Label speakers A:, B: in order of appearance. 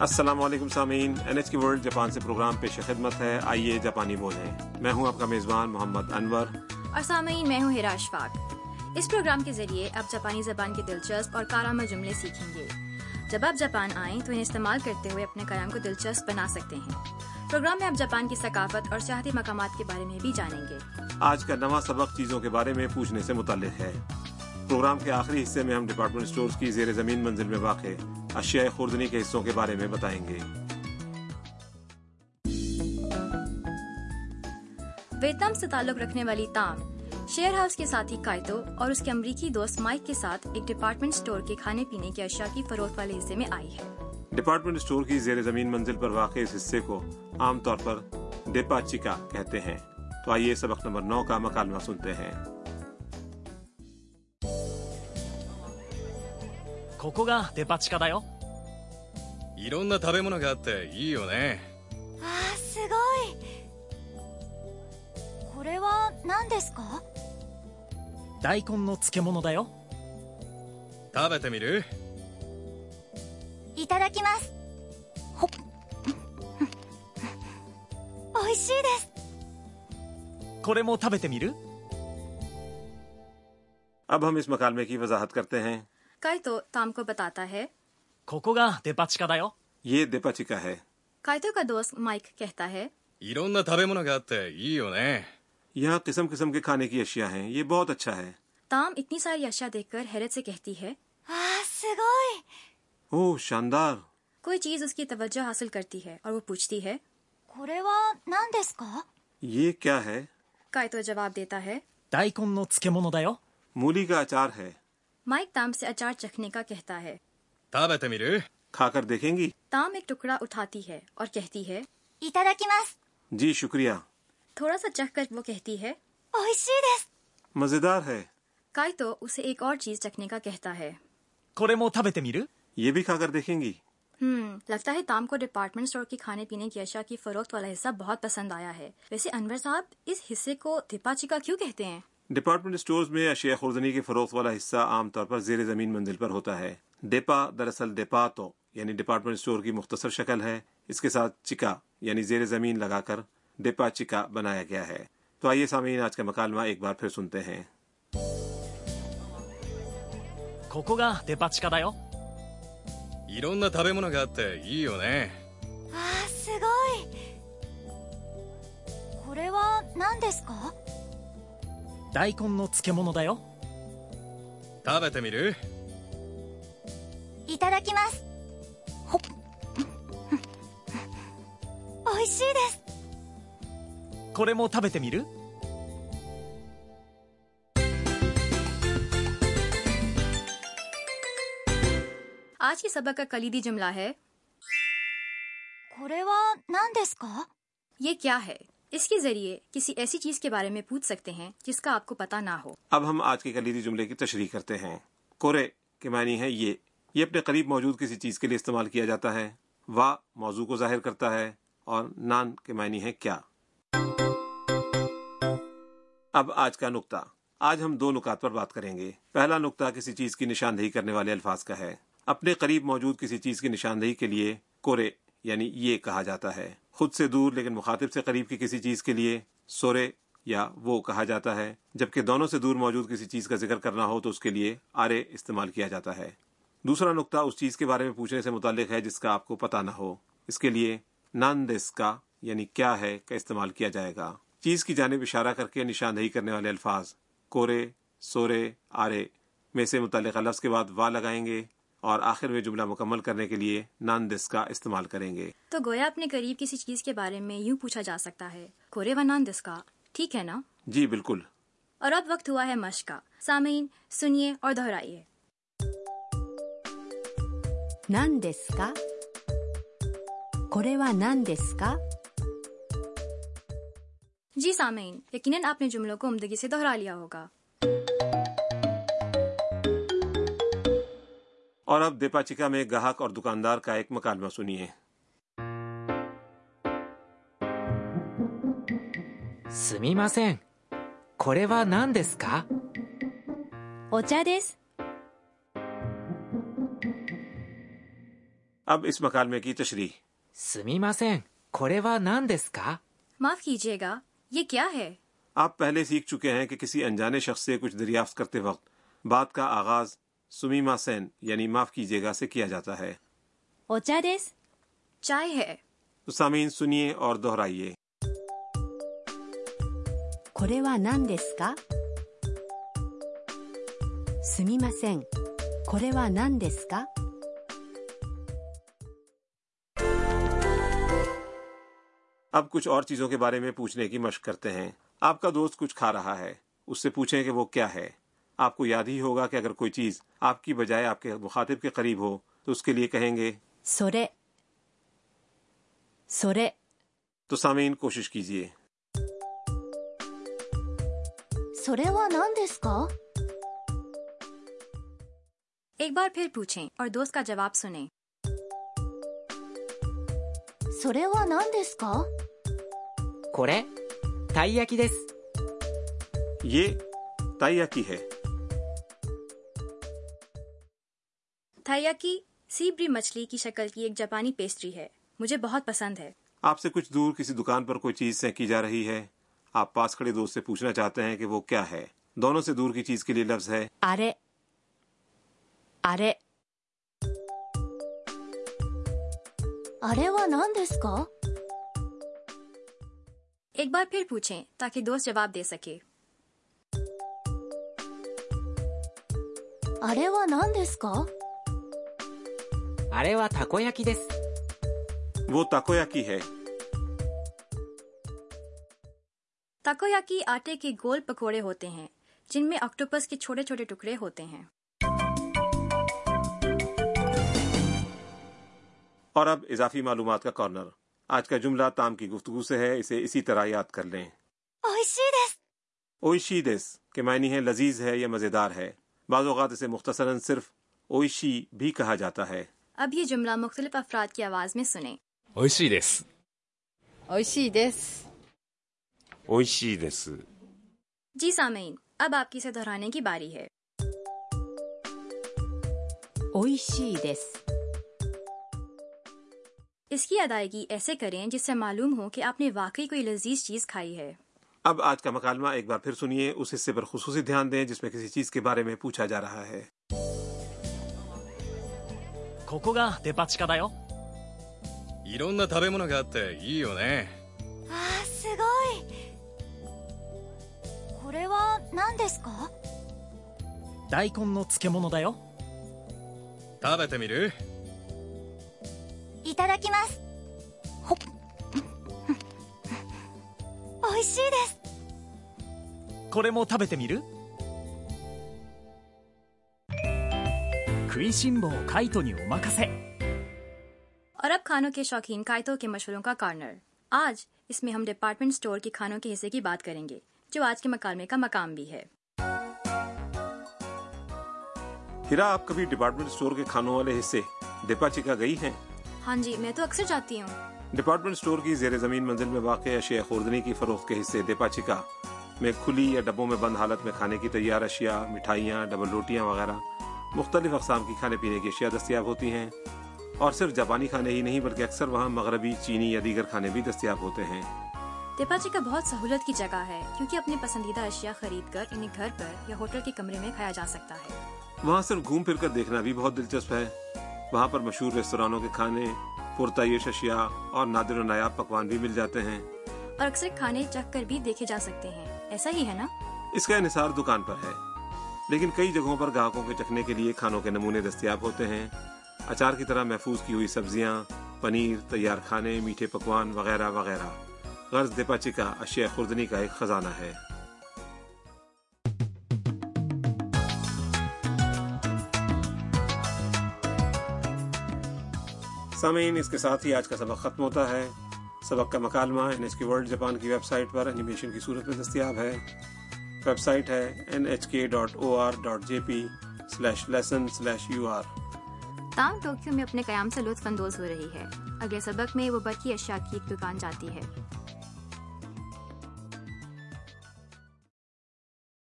A: السلام علیکم سامعین N H K world Japan سے پروگرام پیش خدمت ہے آئیے جاپانی بولیں میں ہوں آپ کا میزبان محمد انور
B: اور سامعین میں ہوں ہراش فاق اس پروگرام کے ذریعے آپ جاپانی زبان کے دلچسپ اور کارآمد جملے سیکھیں گے جب آپ جاپان آئیں تو انہیں استعمال کرتے ہوئے اپنے قیام کو دلچسپ بنا سکتے ہیں پروگرام میں آپ جاپان کی ثقافت اور سیاحتی مقامات کے بارے میں بھی جانیں گے
A: آج کا نواں سبق چیزوں کے بارے میں پوچھنے سے متعلق ہے پروگرام کے آخری حصے میں ہم ڈپارٹمنٹ سٹورز کی زیر زمین منزل میں واقع اشیاء خوردنی کے حصوں کے بارے میں بتائیں گے
B: ویتنام سے تعلق رکھنے والی تام شیئر ہاؤس کے ساتھی کائتو اور اس کے امریکی دوست مائک کے ساتھ ایک ڈپارٹمنٹ سٹور کے کھانے پینے کی اشیاء کی فروخت والے حصے میں آئی ہے
A: ڈپارٹمنٹ سٹور کی زیر زمین منزل پر واقع اس حصے کو عام طور پر ڈیپا چیکا کہتے ہیں تو آئیے سبق نمبر نو کا مکالمہ سنتے ہیں
C: ここがデパ地下だよ
D: いろんな食べ物があっていいよね
E: わあすごいこれは何ですか
C: 大根の漬物だよ
D: 食べてみる
E: いただきますほっ美味しいです
C: これも食べてみる
A: اب ہم اس مکالمے کی وضاحت کرتے ہیں
B: کائتو تام کو بتاتا ہے
C: ここがデパ地下だよ
A: یہ ڈیپا چیکا ہے
B: کائتو کا دوست مائک کہتا ہے
D: いろんな食べ物があっていいよね
A: یہاں قسم قسم کے کھانے کی اشیاء ہیں یہ بہت اچھا ہے
B: تام اتنی ساری اشیاء دیکھ کر حیرت سے کہتی ہے
E: わあすごい
A: اوہ شاندار
B: کوئی چیز اس کی توجہ حاصل کرتی ہے اور وہ پوچھتی ہے
E: これは何ですか
A: یہ کیا ہے
B: کائتو جواب دیتا ہے
C: 大根の漬物だよ
A: مولی کا اچار ہے
B: مائک تام سے اچار چکھنے کا کہتا ہے
D: 食べてみる
A: کھا کر دیکھیں گی
B: تام ایک ٹکڑا اٹھاتی ہے اور کہتی ہے
E: いただきます
A: جی شکریہ
B: تھوڑا سا چکھ کر وہ کہتی ہے
E: 美味しいです
A: مزیدار ہے
B: کائتو اسے ایک اور چیز چکھنے کا کہتا ہے
C: これも食べてみる
A: یہ بھی کھا کر دیکھیں گی
B: ہم لگتا ہے تام کو ڈپارٹمنٹ اسٹور کے کھانے پینے کی اشیاء کی فروخت والا حصہ بہت پسند آیا ہے ویسے انور صاحب اس حصے کو دھپا چکا کیوں کہتے ہیں
A: ڈپارٹمنٹ سٹورز میں اشیاء خوردنی کے فروخت والا حصہ عام طور پر زیر زمین منزل پر ہوتا ہے ڈیپا دراصل ڈیپا تو یعنی ڈپارٹمنٹ سٹور کی مختصر شکل ہے اس کے ساتھ چکا یعنی زیر زمین لگا کر ڈیپا چکا بنایا گیا ہے تو آئیے سامعین آج کا مکالمہ ایک بار پھر سنتے ہیں
C: ここがデパ地下だよ
D: いろんな食べ物があっていいよね
E: わあすごいこれは何ですか
C: 大根の漬物だよ
D: 食べてみる
E: いただきますほっ美味しいです
C: これも食べてみる
B: آج کے سبق کا کلیدی جملہ ہے
E: これは何ですか
B: یہ کیا ہے اس کے ذریعے کسی ایسی چیز کے بارے میں پوچھ سکتے ہیں جس کا آپ کو پتہ نہ ہو
A: اب ہم آج کے کلیدی جملے کی تشریح کرتے ہیں کورے کے معنی ہے یہ یہ اپنے قریب موجود کسی چیز کے لیے استعمال کیا جاتا ہے وا موضوع کو ظاہر کرتا ہے اور نان کے معنی ہے کیا اب آج کا نقطہ آج ہم دو نکات پر بات کریں گے پہلا نقطہ کسی چیز کی نشاندہی کرنے والے الفاظ کا ہے اپنے قریب موجود کسی چیز کی نشاندہی کے لیے کورے یعنی یہ کہا جاتا ہے خود سے دور لیکن مخاطب سے قریب کی کسی چیز کے لیے سورے یا وہ کہا جاتا ہے جبکہ دونوں سے دور موجود کسی چیز کا ذکر کرنا ہو تو اس کے لیے آرے استعمال کیا جاتا ہے دوسرا نقطہ اس چیز کے بارے میں پوچھنے سے متعلق ہے جس کا آپ کو پتہ نہ ہو اس کے لیے نان دیس کا یعنی کیا ہے کا استعمال کیا جائے گا چیز کی جانب اشارہ کر کے نشاندہی کرنے والے الفاظ کورے سورے آرے میں سے متعلقہ لفظ کے بعد وا لگائیں گے اور آخر میں جملہ مکمل کرنے کے لیے نان دس کا استعمال کریں گے
B: تو گویا اپنے قریب کسی چیز کے بارے میں یوں پوچھا جا سکتا ہے کورے و نان دس کا ٹھیک ہے نا
A: جی بالکل
B: اور اب وقت ہوا ہے مشق کا سامعین سنیے اور دہرائیے
F: 何ですかこれは何ですか
B: جی سامعین یقیناً آپ نے جملوں کو عمدگی سے دہرا لیا ہوگا
A: اور اب دیپا چکا میں گاہک اور دکاندار کا ایک مکالمہ سنیے
G: すみませんこれは何ですか
F: お茶です
A: اب اس مکالمے کی تشریح
G: すみません。これは何ですか
B: معاف کیجیے گا یہ کیا ہے
A: آپ پہلے سیکھ چکے ہیں کہ کسی انجانے شخص سے کچھ دریافت کرتے وقت بات کا آغاز سمیما سین یعنی معاف کیجیے گا سے کیا جاتا ہے
E: お茶です。
B: چائے ہے
A: تو سامعین سنیے اور دوہرائیے
F: これは何ですかすみませんこれは何ですか
A: اب کچھ اور چیزوں کے بارے میں پوچھنے کی مشق کرتے ہیں آپ کا دوست کچھ کھا رہا ہے اس سے پوچھیں کہ وہ کیا ہے آپ کو یاد ہی ہوگا کہ اگر کوئی چیز آپ کی بجائے آپ کے مخاطب کے قریب ہو تو اس کے لیے کہیں گے
F: それそれ
A: تو سامعین کوشش کیجیے
E: それは何ですか
B: ایک بار پھر پوچھیں اور دوست کا جواب سنیں
E: それは何ですか
G: これたい焼きです。
A: یہ تائیا کی ہے
B: تھائیاکی سیبری مچھلی کی شکل کی ایک جاپانی پیسٹری ہے مجھے بہت پسند ہے
A: آپ سے کچھ دور کسی دکان پر کوئی چیز سینکی جا رہی ہے آپ پاس کھڑے دوست سے پوچھنا چاہتے ہیں کہ وہ کیا ہے دونوں سے دور کی چیز کے لیے لفظ ہے
F: あれあれ
E: あれは何ですか
B: ایک بار پھر پوچھیں تاکہ دوست جواب دے سکے
E: あれは何ですか
G: あれはたこ焼きです。
A: وہ تاکویا کی ہے
B: تاکویاکی آٹے کے گول پکوڑے ہوتے ہیں جن میں آکٹوپس کے چھوٹے چھوٹے ٹکڑے ہوتے ہیں
A: اور اب اضافی معلومات کا کارنر آج کا جملہ تام کی گفتگو سے ہے اسے اسی طرح یاد کر لیں
E: 美味しいです。
A: اویشی دس کے معنی ہے لذیذ ہے یا مزیدار ہے بعض اوقات اسے مختصراً صرف اویشی بھی کہا جاتا ہے
B: اب یہ جملہ مختلف افراد کی آواز میں سنیں
D: 美味しいです
H: 美味しいです
I: 美味しいです。
B: جی سامعین اب آپ کی اسے دہرانے کی باری ہے
F: おいしいです。
B: اس کی ادائیگی ایسے کریں جس سے معلوم ہو کہ آپ نے واقعی کوئی لذیذ چیز کھائی ہے
A: اب آج کا مکالمہ ایک بار پھر سنیے اس حصے پر خصوصی دھیان دیں جس میں کسی چیز کے بارے میں پوچھا جا رہا ہے
C: ここがデパ地下だよ
D: いろんな食べ物があっていいよね
E: わあ、すごい。これは何ですか
C: 大根の漬物だよ
D: 食べてみる
E: いただきます。ほっ。美味しいです。
C: これも食べてみる食いしん坊カイトにお任せ
B: اور اب کھانوں کے شوقین کائتوں کے مشوروں کا کارنر آج اس میں ہم ڈپارٹمنٹ سٹور کے کھانوں کے حصے کی بات کریں گے جو آج کے مکالمے کا مقام بھی ہے
A: ہیرا آپ کبھی ڈپارٹمنٹ سٹور کے کھانوں والے حصے دیپا چکا گئی ہیں
B: ہاں جی میں تو اکثر جاتی ہوں
A: ڈپارٹمنٹ سٹور کی زیر زمین منزل میں واقع اشیاء خوردنی کی فروخت کے حصے دیپا چکا میں کھلی یا ڈبوں میں بند حالت میں کھانے کی تیار اشیاء مٹھائیاں ڈبل روٹیاں وغیرہ مختلف اقسام کی کھانے پینے کی اشیاء دستیاب ہوتی ہیں اور صرف جاپانی کھانے ہی نہیں بلکہ اکثر وہاں مغربی چینی یا دیگر کھانے بھی دستیاب ہوتے ہیں
B: دیپاچی کا بہت سہولت کی جگہ ہے کیونکہ اپنے پسندیدہ اشیاء خرید کر انہیں گھر پر یا ہوٹل کے کمرے میں کھایا جا سکتا ہے
A: وہاں صرف گھوم پھر کر دیکھنا بھی بہت دلچسپ ہے وہاں پر مشہور ریستورانوں کے کھانے پرتعیش اشیاء اور نادر و نایاب پکوان بھی مل جاتے ہیں
B: اور اکثر کھانے چکھ کر بھی دیکھے جا سکتے ہیں ایسا ہی ہے نا
A: اس کا انحصار دکان پر ہے لیکن کئی جگہوں پر گاہکوں کے چکھنے کے لیے کھانوں کے نمونے دستیاب ہوتے ہیں اچار کی طرح محفوظ کی ہوئی سبزیاں پنیر تیار کھانے میٹھے پکوان وغیرہ وغیرہ غرض دیپاچی کا اشیاء خوردنی کا ایک خزانہ ہے سامعین اس کے ساتھ ہی آج کا سبق ختم ہوتا ہے سبق کا مکالمہ N H K world Japan کی ویب سائٹ پر اینیمیشن کی صورت میں دستیاب ہے ویب سائٹ ہے N H K dot O R dot J P slash lesson slash U R
B: تانگ ٹوکیو میں اپنے قیام سے لطف اندوز ہو رہی ہے اگلے سبق میں وہ برقی اشیاء کی ایک دکان جاتی ہے